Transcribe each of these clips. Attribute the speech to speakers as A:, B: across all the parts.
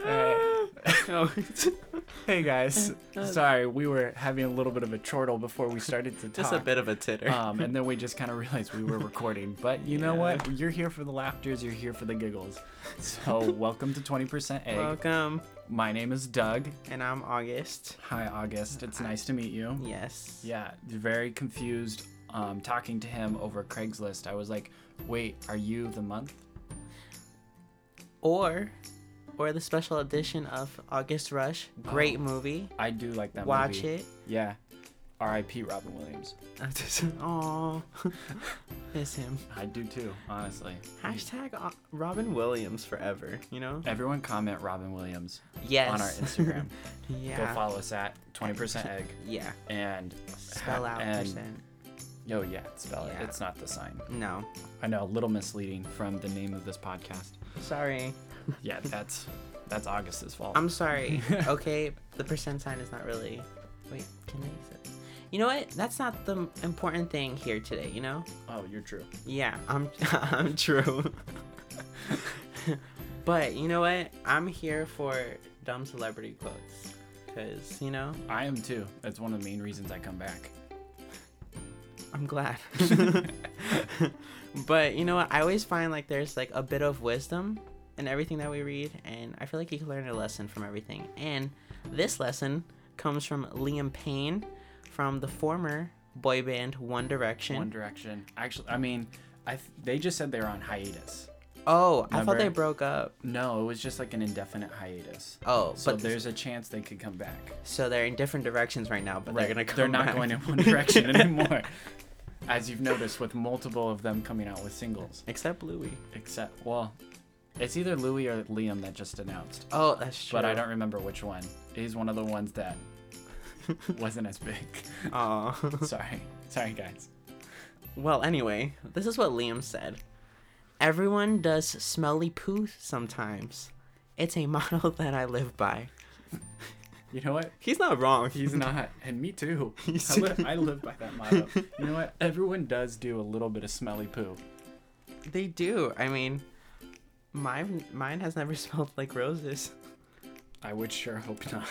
A: Alright. Oh, hey guys,
B: Uh,
A: sorry we were having a little bit of a chortle before we started to talk.
B: Just a bit of a titter.
A: Um, and then we just kind of realized we were recording. But you know
B: Yeah.
A: what? You're here for the laughters. You're here for the giggles. So welcome to 20% Egg.
B: Welcome,
A: My name is Doug.
B: and I'm August.
A: Hi, August. It's nice to meet you.
B: Yes.
A: Yeah, very confused. Um, talking to him over Craigslist, I was like, "Wait, are you the month?"
B: Or, or the special edition of August Rush. Great
A: Oh,
B: movie.
A: I do like that
B: Watch
A: movie.
B: it.
A: Yeah. R.I.P. Robin Williams.
B: Oh, miss him.
A: I do too, honestly.
B: Hashtag Au- Robin Williams forever. You know.
A: Everyone comment Robin Williams
B: Yes.
A: on our Instagram. Go
B: yeah.
A: follow us at 20% egg
B: Yeah.
A: and
B: Spell out
A: and-
B: percent.
A: oh yeah, spell
B: Yeah.
A: it. It's not the sign.
B: No.
A: I know, a little misleading from the name of this podcast.
B: Sorry.
A: Yeah, that's that's August's fault.
B: I'm sorry. okay, the percent sign is not really. Wait, can I? Say... You know what? That's not the m- important thing here today. You know?
A: oh, you're true.
B: Yeah, I'm. I'm true. but you know what? I'm here for dumb celebrity quotes, cause you know
A: I am too. That's one of the main reasons I come back.
B: I'm glad. but you know what? I always find like there's like a bit of wisdom in everything that we read, and I feel like you can learn a lesson from everything. And this lesson comes from Liam Payne, from the former boy band One Direction.
A: One Direction. Actually, I mean, I th- they just said they were on hiatus.
B: oh, I thought
A: Remember?
B: they broke up.
A: No, it was just like an indefinite hiatus.
B: Oh,
A: So
B: but
A: there's a chance they could come back.
B: so they're in different directions right now, but they're gonna come
A: They're not
B: back.
A: going in one direction anymore. As you've noticed, with multiple of them coming out with singles.
B: Except Louis.
A: Except, well, it's either Louis or Liam that just announced,
B: Oh, that's true.
A: but I don't remember which one. He's one of the ones that wasn't as big.
B: Aw.
A: Sorry. Sorry, guys.
B: Well, anyway, this is what Liam said. Everyone does smelly poo sometimes. It's a motto that I live by.
A: You know what?
B: He's not wrong.
A: He's not, and me too.
B: He's-
A: I, li- I live by that motto. You know what? Everyone does do a little bit of smelly poo.
B: They do. I mean, mine mine has never smelled like roses.
A: I would sure hope not.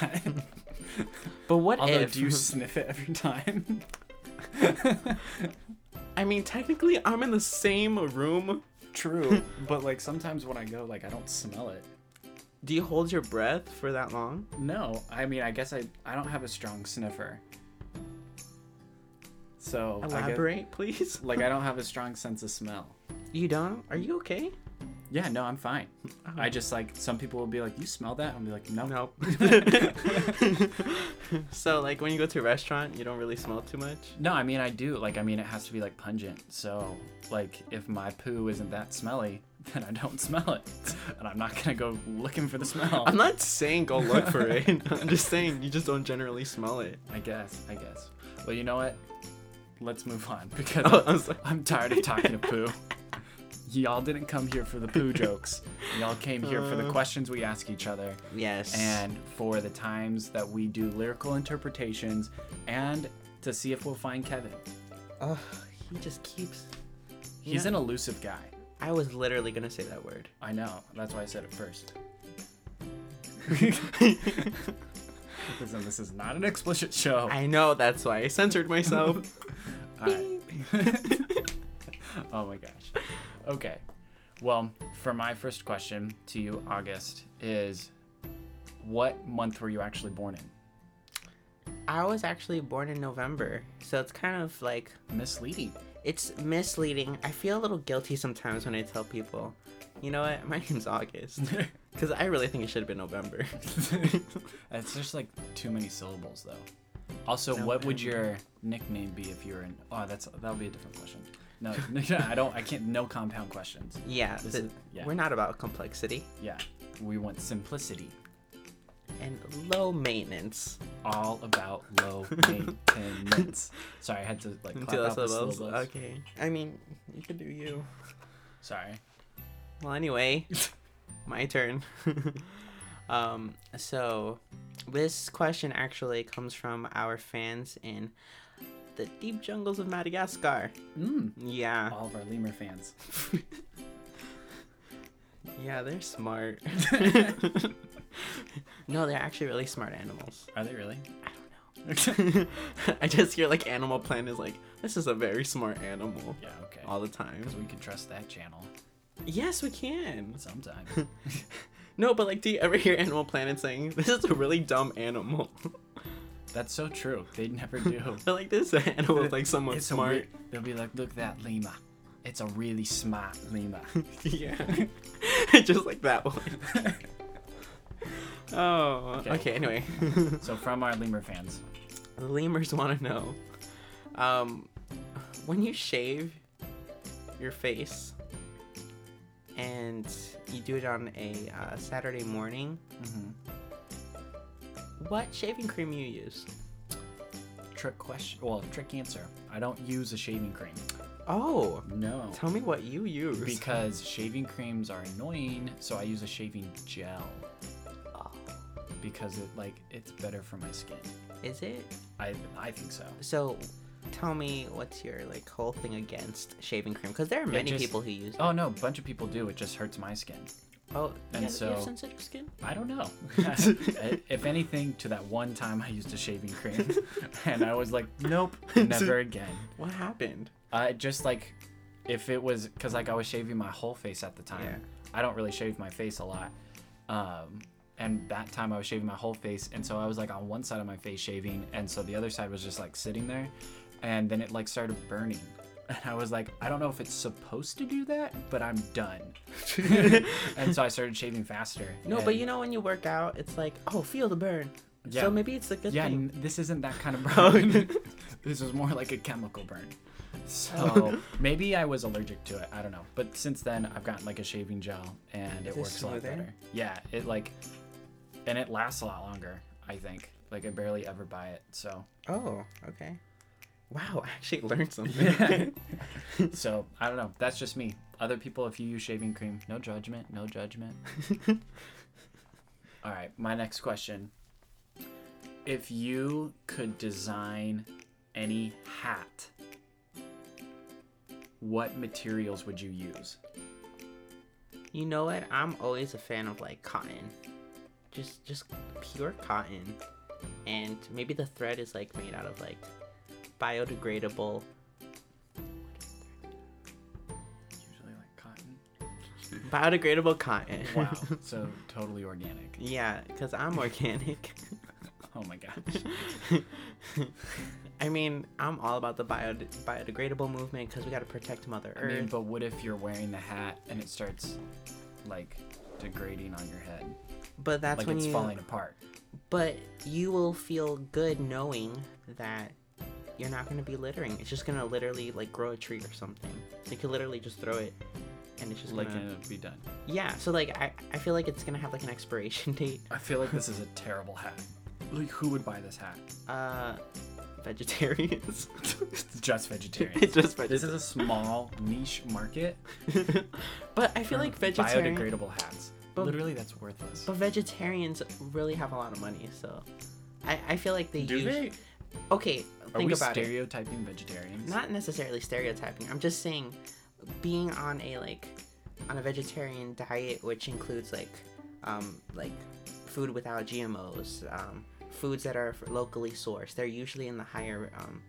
B: But what
A: Although,
B: if?
A: do you sniff it every time?
B: I mean, technically, I'm in the same room.
A: True, but like sometimes when I go, like I don't smell it.
B: Do you hold your breath for that long?
A: No, I mean I guess I I don't have a strong sniffer. So I guess-
B: Elaborate, please.
A: like I don't have a strong sense of smell.
B: You don't? Are you okay?
A: Yeah, no, I'm fine.
B: Oh.
A: I just like some people will be like, "You smell that?" I'll be like, "No."
B: Nope. Oh, so, like, when you go to a restaurant, you don't really smell too much.
A: No, I mean I do. Like I mean it has to be like pungent. So like if my poo isn't that smelly, then I don't smell it, and I'm not gonna go looking for the smell.
B: I'm not saying go look for it. I'm just saying you just don't generally smell it.
A: I guess. I guess. Well, you know what? Let's move on because
B: Oh,
A: I'm,
B: I'm sorry.
A: I'm tired of talking to poo. Y'all didn't come here for the poo jokes. Y'all came here for
B: Uh.
A: the questions we ask each other
B: Yes.
A: and for the times that we do lyrical interpretations and to see if we'll find Kevin.
B: Ugh, he just keeps.
A: He's
B: Yeah.
A: an elusive guy.
B: I was literally gonna say that word.
A: I know. That's why I said it first. Listen, this is not an explicit show.
B: I know that's why I censored myself.
A: All right. oh my gosh. Okay. Well, for my first question to you, August, is what month were you actually born in?
B: I was actually born in November, so it's kind of like
A: Misleading.
B: it's misleading. I feel a little guilty sometimes when I tell people, you know what, my name's August, because I really think it should have been November.
A: That's just like too many syllables, though. Also, what would your nickname be if you were in? Oh, that's that'll be a different question. No, I don't. I can't. No compound questions.
B: Yeah,
A: This
B: th-
A: is- yeah.
B: we're not about complexity
A: Yeah, we want simplicity.
B: and low maintenance.
A: all about low maintenance. Sorry, I had to like clap
B: Do
A: out
B: those
A: the
B: syllables?
A: syllables.
B: Okay. I mean, you could do you.
A: Sorry.
B: Well, anyway, my turn. um, so this question actually comes from our fans in the deep jungles of Madagascar.
A: Mm.
B: Yeah,
A: All of our lemur fans.
B: Yeah, they're smart. no, they're actually really smart animals.
A: Are they really?
B: I don't know. I just hear like Animal Planet is like, this is a very smart animal
A: Yeah, okay.
B: all the time.
A: Because we can trust that channel
B: Yes, we can.
A: sometime.
B: No, but like, do you ever hear Animal Planet saying, this is a really dumb animal?
A: That's so true. They never do.
B: They're like, this animal is like somewhat
A: It's a
B: smart.
A: re- they'll be like, look that lemur. It's a really smart lemur.
B: yeah. just like that one. oh, okay, anyway.
A: so from our lemur fans,
B: The lemurs want to know um, when you shave your face and you do it on a uh, Saturday morning, what shaving cream you use?
A: trick question. Well, trick answer. I don't use a shaving cream.
B: Oh,
A: No.
B: tell me what you use.
A: Because shaving creams are annoying, so I use a shaving gel. Because it like it's better for my skin.
B: Is it?
A: I I think so.
B: So tell me what's your like whole thing against shaving cream because there are many
A: just-
B: people who use
A: Oh no, a bunch of people do. It just hurts my skin.
B: oh
A: and
B: yeah, you have
A: so-
B: sensitive skin
A: I don't know. I- if anything, to that one time I used a shaving cream, and I was like, nope, never again.
B: what happened
A: Uh, just like if it was because like I was shaving my whole face at the time. I don't really shave my face a lot. Um, and that time I was shaving my whole face, and so I was like on one side of my face shaving, and so the other side was just like sitting there, and then it like started burning. And I was like, I don't know if it's supposed to do that, but I'm done. and so I started shaving faster.
B: no but you know when you work out it's like oh feel the burn
A: Yeah.
B: so maybe it's a good
A: yeah,
B: thing
A: n- this isn't that kind of burn. this was more like a chemical burn. So maybe I was allergic to it. I don't know. But since then, I've gotten like a shaving gel, and it
B: it
A: works a
B: still
A: lot
B: there?
A: better. Yeah, it like, and it lasts a lot longer. I think. Like I barely ever buy it. So,
B: Oh, okay. Wow, I actually learned something.
A: Yeah. so I don't know. That's just me. Other people, if you use shaving cream, no judgment. No judgment. All right, my next question. If you could design any hat, what materials would you use?
B: you know what? I'm always a fan of like cotton. Just just pure cotton. And maybe the thread is like made out of like biodegradable.
A: Usually like cotton.
B: Biodegradable cotton.
A: Wow, so totally organic.
B: yeah, cuz I'm organic.
A: Oh my gosh.
B: I mean, I'm all about the bio biodegradable movement cuz we got to protect mother
A: I mean,
B: earth.
A: but what if you're wearing the hat and it starts like degrading on your head?
B: but that's
A: like
B: when
A: it's
B: you
A: falling apart.
B: but you will feel good knowing that you're not going to be littering. It's just going to literally like grow a tree or something. So you can literally just throw it and it's just
A: Like
B: gonna...
A: and it'll be done.
B: Yeah, so like I, I feel like it's going to have like an expiration date.
A: I feel like this is a terrible hat. Like who would buy this hat?
B: Uh vegetarians.
A: Just vegetarians.
B: it's just
A: This is
B: vegetarians.
A: a small niche market.
B: but I feel like vegetarian
A: biodegradable hats.
B: But-
A: Literally, that's worthless.
B: but vegetarians really have a lot of money, so I, I feel like they
A: Do
B: use
A: they?
B: Okay,
A: Are
B: think
A: we
B: about it.
A: stereotyping vegetarians?
B: not necessarily stereotyping. I'm just saying being on a like on a vegetarian diet which includes like um like food without GMOs, um foods that are f- locally sourced. They're usually in the higher um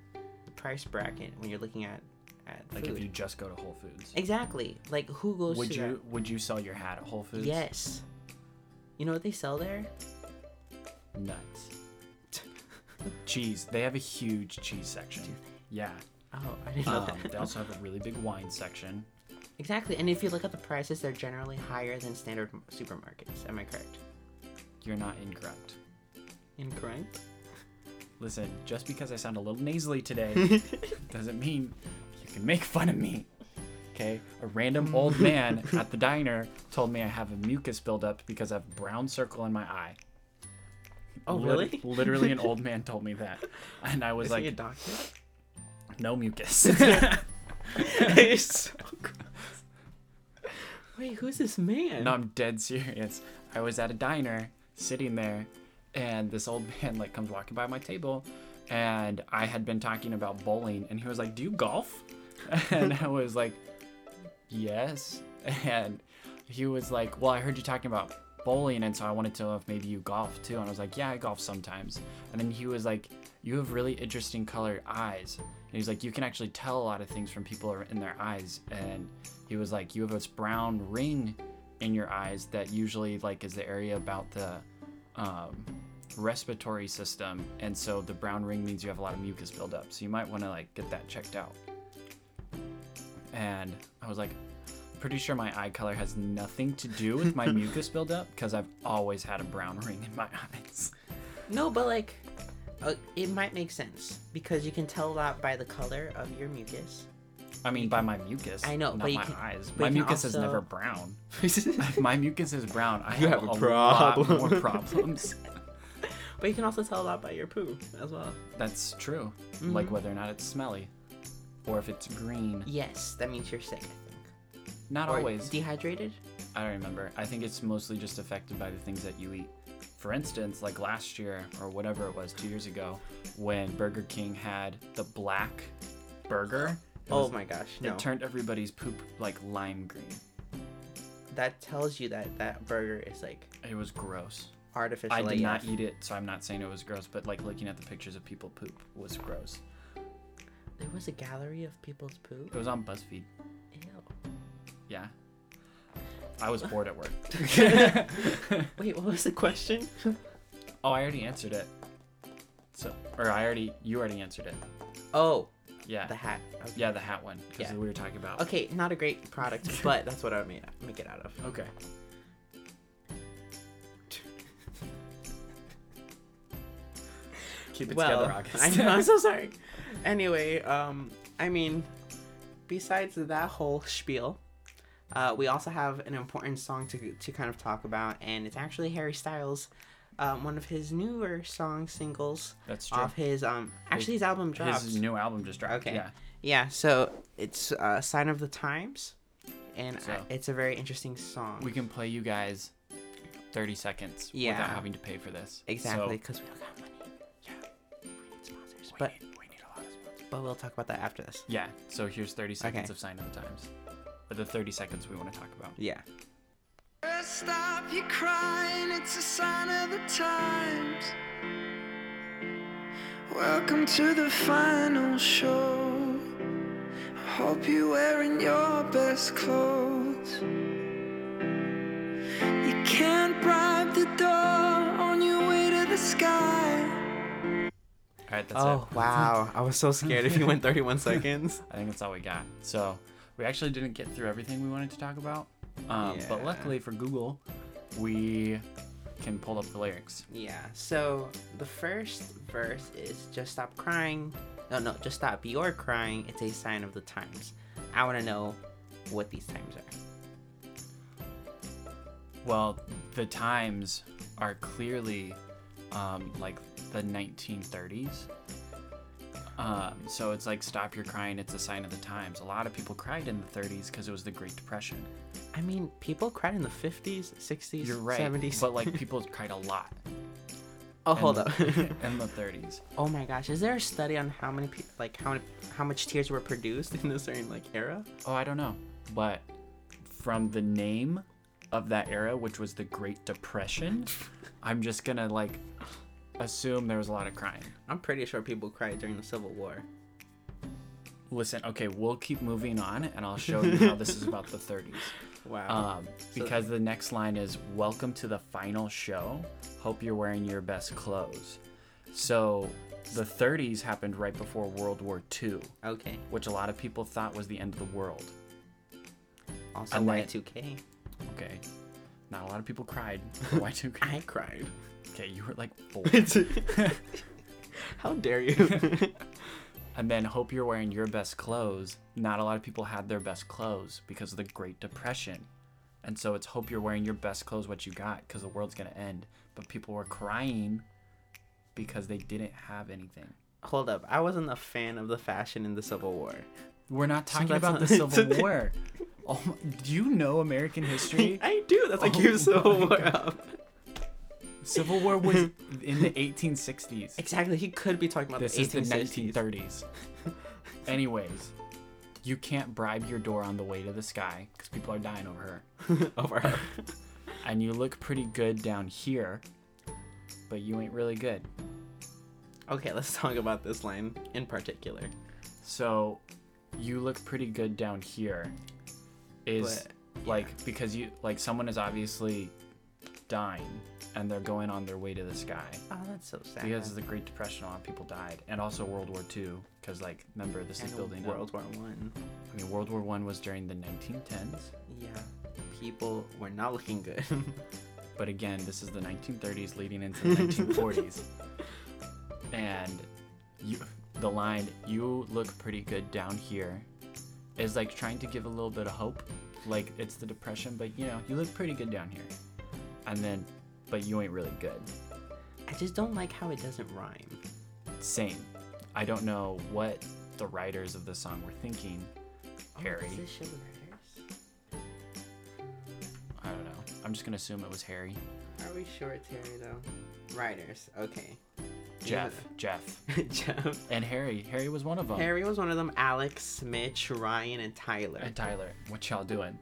B: price bracket when you're looking at at
A: like
B: food.
A: if you just go to Whole Foods.
B: Exactly. Like who goes
A: Would
B: to
A: you would you sell your hat at Whole
B: that?
A: Foods?
B: Yes. You know what they sell there?
A: Nuts. cheese. They have a huge cheese section. Yeah.
B: Oh, I didn't know
A: Um,
B: that.
A: they also have a really big wine section.
B: Exactly. And if you look at the prices, they're generally higher than standard m- supermarkets. Am I correct?
A: You're not incorrect.
B: Incorrect.
A: Listen, just because I sound a little nasally today doesn't mean you can make fun of me. Okay? A random
B: Mm.
A: old man at the diner told me I have a mucus buildup because I have a brown circle in my eye.
B: Oh,
A: Lit-
B: really?
A: literally, an old man told me that. And I was
B: Is
A: like,
B: he a doctor?
A: no mucus.
B: It's so gross. Wait, who's this man?
A: no, I'm dead serious. I was at a diner sitting there, and this old man like comes walking by my table, and I had been talking about bowling, and he was like, "Do you golf?" And I was like, "Yes." And he was like, "Well, I heard you talking about bowling, and so I wanted to know if maybe you golf too." And I was like, "Yeah, I golf sometimes." And then he was like, "You have really interesting colored eyes." And he's like, "You can actually tell a lot of things from people are in their eyes." And he was like, "You have this brown ring in your eyes that usually like is the area about the um, respiratory system, and so the brown ring means you have a lot of mucus buildup. So you might want to like get that checked out." And I was like, pretty sure my eye color has nothing to do with my mucus buildup because I've always had a brown ring in my eyes.
B: No, but like, uh, it might make sense because you can tell a lot by the color of your mucus.
A: I mean, by my mucus.
B: I know,
A: not
B: but you
A: my
B: can-
A: eyes.
B: but
A: My
B: you can
A: mucus is
B: also-
A: never brown. If my mucus is brown, I
B: You
A: have,
B: have
A: a,
B: a
A: lot more
B: problem.
A: problems.
B: but you can also tell a lot by your poo as well.
A: That's true.
B: Mm-hmm.
A: Like whether or not it's smelly, or if it's green.
B: Yes, that means you're sick. I think.
A: Not
B: Or
A: always.
B: dehydrated.
A: I don't remember. I think it's mostly just affected by the things that you eat. For instance, like last year or whatever it was, two years ago, when Burger King had the black burger, it
B: Oh
A: was-
B: my gosh,
A: it
B: no!
A: turned everybody's poop like lime green.
B: that tells you that that burger is like
A: It was gross.
B: artificial.
A: I did not
B: AF.
A: eat it, so I'm not saying it was gross, but like looking at the pictures of people poop was gross.
B: There was a gallery of people's poo.
A: It was on BuzzFeed.
B: Ew.
A: Yeah. I was bored at work.
B: Wait, what was the question?
A: oh, I already answered it. So, or I already, you already answered it.
B: oh,
A: Yeah.
B: the hat. Okay.
A: Yeah, the hat one. Because
B: Yeah.
A: we were talking about.
B: Okay, not a great product, but that's what I would make, make it out of.
A: Okay. Keep it together, August.
B: I know, I'm so sorry. Anyway, um, I mean, besides that whole spiel, uh, we also have an important song to, to kind of talk about, and it's actually Harry Styles, um, one of his newer song singles
A: That's true.
B: off his um, actually his album dropped.
A: His new album just dropped.
B: Okay.
A: Yeah.
B: yeah, so it's uh, Sign of the Times, and
A: So-
B: I, it's a very interesting song.
A: We can play you guys 30 seconds
B: Yeah.
A: without having to pay for this.
B: exactly
A: So,
B: because we don't got money. Yeah, we need sponsors, but
A: we need, we need a lot of sponsors.
B: but we'll talk about that after this.
A: Yeah. So here's 30 seconds
B: Okay.
A: of Sign of the Times. But the 30 seconds we want to talk about.
B: Yeah.
C: Stop you crying, it's a sign of the times. Welcome to the final show. I hope you're wearing your best clothes. You can't bribe the door on your way to the sky.
A: All right. That's
B: Oh
A: it.
B: wow! I was so scared if you went 31 seconds.
A: I think that's all we got. So we actually didn't get through everything we wanted to talk about. Um, But
B: Yeah.
A: luckily for Google, we can pull up the lyrics.
B: Yeah. So the first verse is just stop crying. No, no, just stop your crying. It's a sign of the times. I want to know what these times are.
A: Well, the times are clearly um, like the 1930s. Um, so it's like stop your crying. It's a sign of the times. A lot of people cried in the 30s because it was the Great Depression.
B: I mean, people cried in the 50s, 60s,
A: You're right,
B: 70s.
A: but like people cried a lot.
B: oh,
A: in
B: hold
A: the-
B: up.
A: in the 30s.
B: oh my gosh, is there a study on how many people, like how many, how much tears were produced in a certain like era?
A: Oh, I don't know. But from the name of that era, which was the Great Depression, I'm just gonna like assume there was a lot of crying.
B: I'm pretty sure people cried during the Civil War.
A: Listen, okay, we'll keep moving on and I'll show you how this is about the 30s.
B: Wow.
A: Um, because the next line is Welcome to the final show. Hope you're wearing your best clothes. So the 30s happened right before World War II,
B: okay.
A: which a lot of people thought was the end of the world.
B: Also,
A: and then-
B: Y2K.
A: Okay. Not a lot of people cried. Why do
B: I cried.
A: Okay, you were like four.
B: How dare you?
A: and then hope you're wearing your best clothes. Not a lot of people had their best clothes because of the Great Depression. And so it's hope you're wearing your best clothes, what you got, because the world's going to end. But people were crying because they didn't have anything.
B: Hold up, I wasn't a fan of the fashion in the Civil War.
A: We're not talking
B: that's
A: about
B: not-
A: the Civil War. Oh my, do you know American history?
B: I do. That's
A: Oh
B: like you Civil
A: my
B: War up.
A: Civil War was in the 1860s.
B: Exactly. He could be talking about
A: This
B: the
A: is the
B: 1860s.
A: 1930s. Anyways, You can't bribe your door on the way to the sky because people are dying over her.
B: over her.
A: And you look pretty good down here, but you ain't really good.
B: Okay, let's talk about this line in particular.
A: So you look pretty good down here is like because you like someone is obviously dying and they're going on their way to the sky
B: Oh, that's so sad.
A: because of the Great Depression a lot of people died and also World War II because like remember this is
B: And
A: building
B: World
A: up.
B: War One.
A: I mean World War One was during the 1910s
B: Yeah, people were not looking good.
A: but again this is the 1930s leading into the 1940s and you the line you look pretty good down here is like trying to give a little bit of hope like it's the depression but you know you look pretty good down here and then but you ain't really good
B: I just don't like how it doesn't rhyme.
A: same i don't know what the writers of the song were thinking harry
B: Oh, Is this shit letters?
A: i don't know i'm just gonna assume it was harry
B: Are we sure it's Harry though? Writers. Okay.
A: jeff jeff
B: Jeff.
A: and harry harry was one of them
B: Harry was one of them. Alex, Mitch, Ryan, and Tyler.
A: and Tyler, what y'all doing?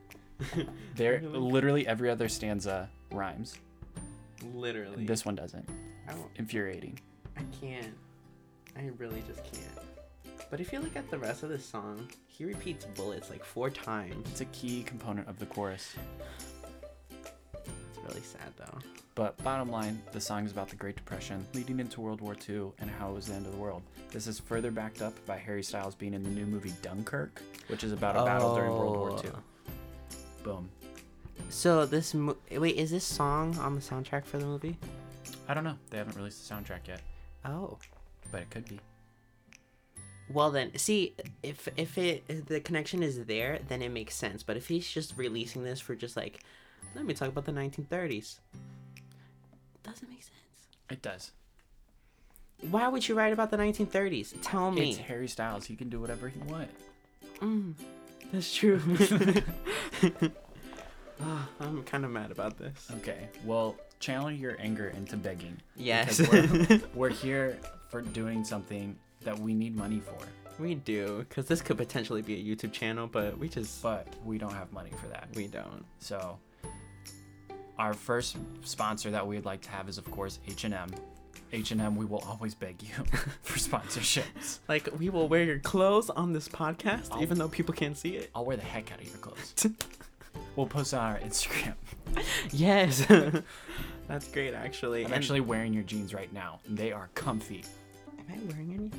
A: There, literally every other stanza rhymes.
B: Literally.
A: This one doesn't.
B: I, don't-
A: Infuriating.
B: I can't. I really just can't. But if you look at the rest of the song, he repeats bullets like four times.
A: It's a key component of the chorus.
B: It's really sad though.
A: But bottom line, the song is about the Great Depression, leading into World War II and how it was the end of the world. This is further backed up by Harry Styles being in the new movie Dunkirk, which is about a battle during World War II. Boom.
B: So this mo- wait, is this song on the soundtrack for the movie?
A: I don't know. They haven't released the soundtrack yet,
B: Oh.
A: but it could be.
B: Well then, see if if it if the connection is there, then it makes sense. But if he's just releasing this for just like, let me talk about the 1930s, doesn't make sense.
A: It does.
B: Why would you write about the 1930s? Tell me.
A: It's Harry Styles. He can do whatever he wants.
B: That's true. Ah, I'm kind of mad about this.
A: Okay. Well, channel your anger into begging.
B: Yes.
A: Because we're, we're here for doing something that we need money for,
B: We do, because this could potentially be a YouTube channel, but we just
A: but we don't have money for that.
B: we don't.
A: So our first sponsor that we'd like to have is of course H&M. H&M, we will always beg you for sponsorships.
B: Like we will wear your clothes on this podcast, even though people can't see it.
A: I'll wear the heck out of your clothes. We'll post it on our Instagram.
B: yes. That's great, actually.
A: I'm
B: And-
A: actually wearing your jeans right now. and They are comfy.
B: am I wearing any?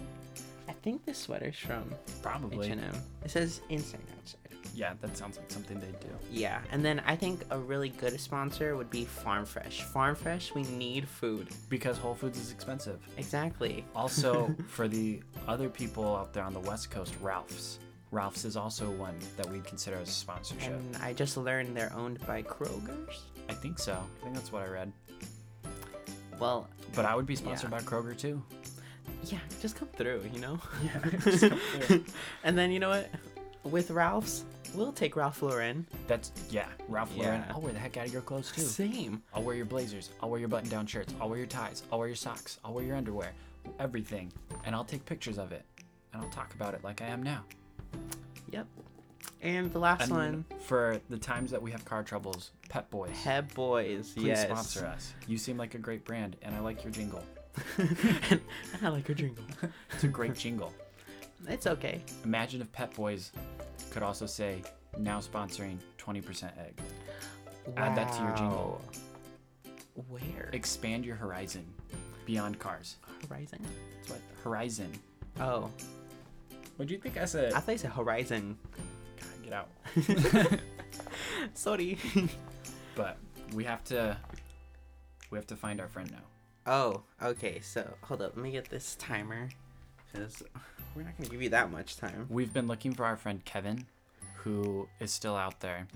B: I think this sweater's from
A: Probably.
B: H&M. It says inside outside.
A: Yeah, that sounds like something they do.
B: Yeah, and then I think a really good sponsor would be Farm Fresh. Farm Fresh, we need food.
A: Because Whole Foods is expensive.
B: Exactly.
A: Also, for the other people out there on the West Coast, Ralph's. Ralph's is also one that we'd consider as a sponsorship.
B: And I just learned they're owned by Kroger's.
A: I think so. I think that's what I read.
B: Well,
A: But I would be sponsored
B: Yeah.
A: by Kroger too.
B: yeah, just come through, you know?
A: Just come through.
B: and then you know what? With Ralph's, we'll take Ralph Lauren.
A: that's yeah, Ralph Lauren.
B: Yeah.
A: I'll wear the heck out of your clothes too.
B: Same.
A: I'll wear your blazers. I'll wear your button-down shirts. I'll wear your ties. I'll wear your socks. I'll wear your underwear. Everything, and I'll take pictures of it, and I'll talk about it like I am now.
B: Yep. And the last
A: And
B: one,
A: for the times that we have car troubles, Pet Boys,
B: Pep Boys.
A: please
B: yes.
A: sponsor us. You seem like a great brand, and I like your jingle.
B: and I like her jingle.
A: It's a great jingle.
B: It's okay.
A: Imagine if Pet Boys could also say, now sponsoring 20% egg. Add that to your jingle.
B: Wow. Where?
A: Expand your horizon beyond cars.
B: Horizon.
A: That's what horizon.
B: Oh,
A: What do you think I said?
B: I thought you said Horizon.
A: God, get out.
B: Sorry.
A: But we have to we have to find our friend now.
B: oh, okay. So hold up. Let me get this timer, because we're not gonna give you that much time.
A: We've been looking for our friend Kevin, who is still out there.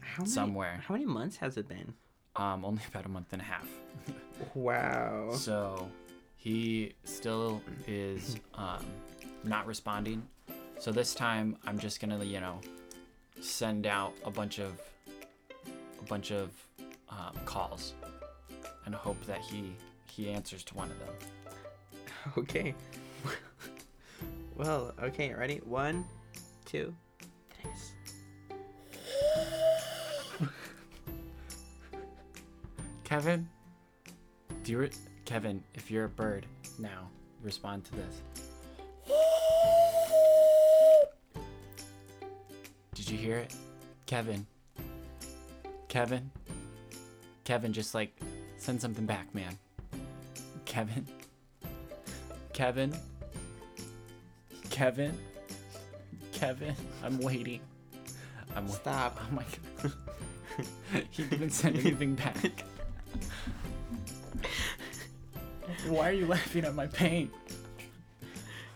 B: How many,
A: Somewhere.
B: How many months has it been?
A: Um, only about a month and a half.
B: Wow.
A: So he still is um, not responding. So this time I'm just gonna, you know, send out a bunch of a bunch of um, calls and hope that he he answers to one of them.
B: Okay. well, okay. Ready? One, two, Yes.
A: Kevin, do you re- Kevin, if you're a bird now, respond to this. Did you hear it? Kevin. Kevin. Kevin, just like send something back, man. Kevin. Kevin. Kevin. Kevin. I'm waiting. I'm waiting.
B: Stop.
A: Oh my god. he didn't send anything back. Why are you laughing at my pain?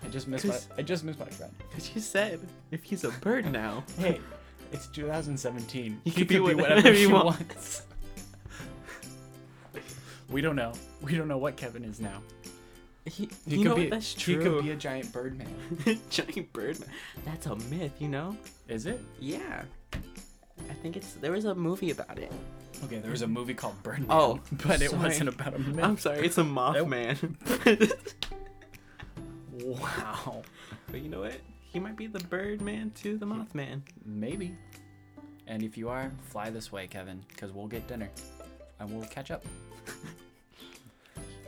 A: I just missed my
B: 'Cause-
A: I just missed my friend.
B: Because you said if he's a bird now,
A: Hey, it's 2017.
B: He could be whatever he
A: wants. we don't know. We don't know what Kevin is now.
B: he,
A: He
B: you
A: could
B: know
A: be
B: that's
A: he
B: true.
A: could be a giant bird man.
B: giant bird. man. That's a myth, you know?
A: Is it?
B: Yeah. I think it's there was a movie about it.
A: Okay, there was a movie called Birdman.
B: Oh,
A: but it
B: sorry.
A: wasn't about a myth.
B: I'm sorry, it's a Mothman. but
A: Wow.
B: you know what? He might be the Birdman to the Mothman.
A: Maybe. And if you are, fly this way, Kevin, because we'll get dinner and we'll catch up.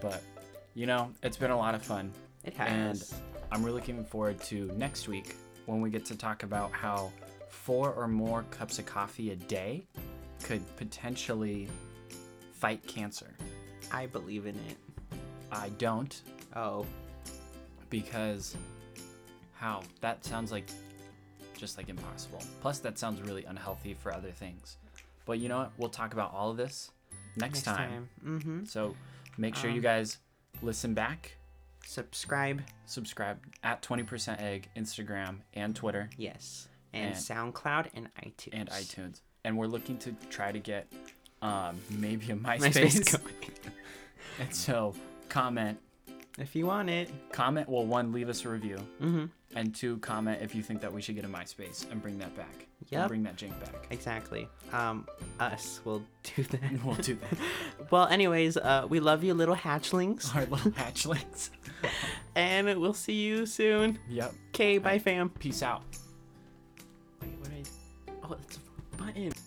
A: but, you know, it's been a lot of fun.
B: It
A: And
B: has.
A: I'm really looking forward to next week when we get to talk about how four or more cups of coffee a day could potentially fight cancer.
B: I believe in it.
A: I don't
B: Oh,
A: because how? That sounds like just like impossible. Plus, that sounds really unhealthy for other things. But you know what? We'll talk about all of this next, time. Um,
B: Mm-hmm.
A: So make sure you guys listen back,
B: Subscribe.
A: subscribe at 20% Egg, Instagram, and Twitter,
B: Yes. And,
A: And-
B: SoundCloud and iTunes.
A: and iTunes. And we're looking to try to get um, maybe a MySpace.
B: MySpace. going.
A: and so comment.
B: if you want it.
A: Comment, well, one, leave us a review.
B: Mm-hmm.
A: And two, comment if you think that we should get a MySpace and bring that back. And
B: Yep.
A: Bring that jink back.
B: Exactly. Um, us will do that.
A: We'll do that.
B: Well, anyways, uh, we love you, little hatchlings,
A: Our little hatchlings.
B: and we'll see you soon.
A: Yep.
B: Okay, bye, fam.
A: Peace out.
B: Wait, what did I? Oh, that's a button.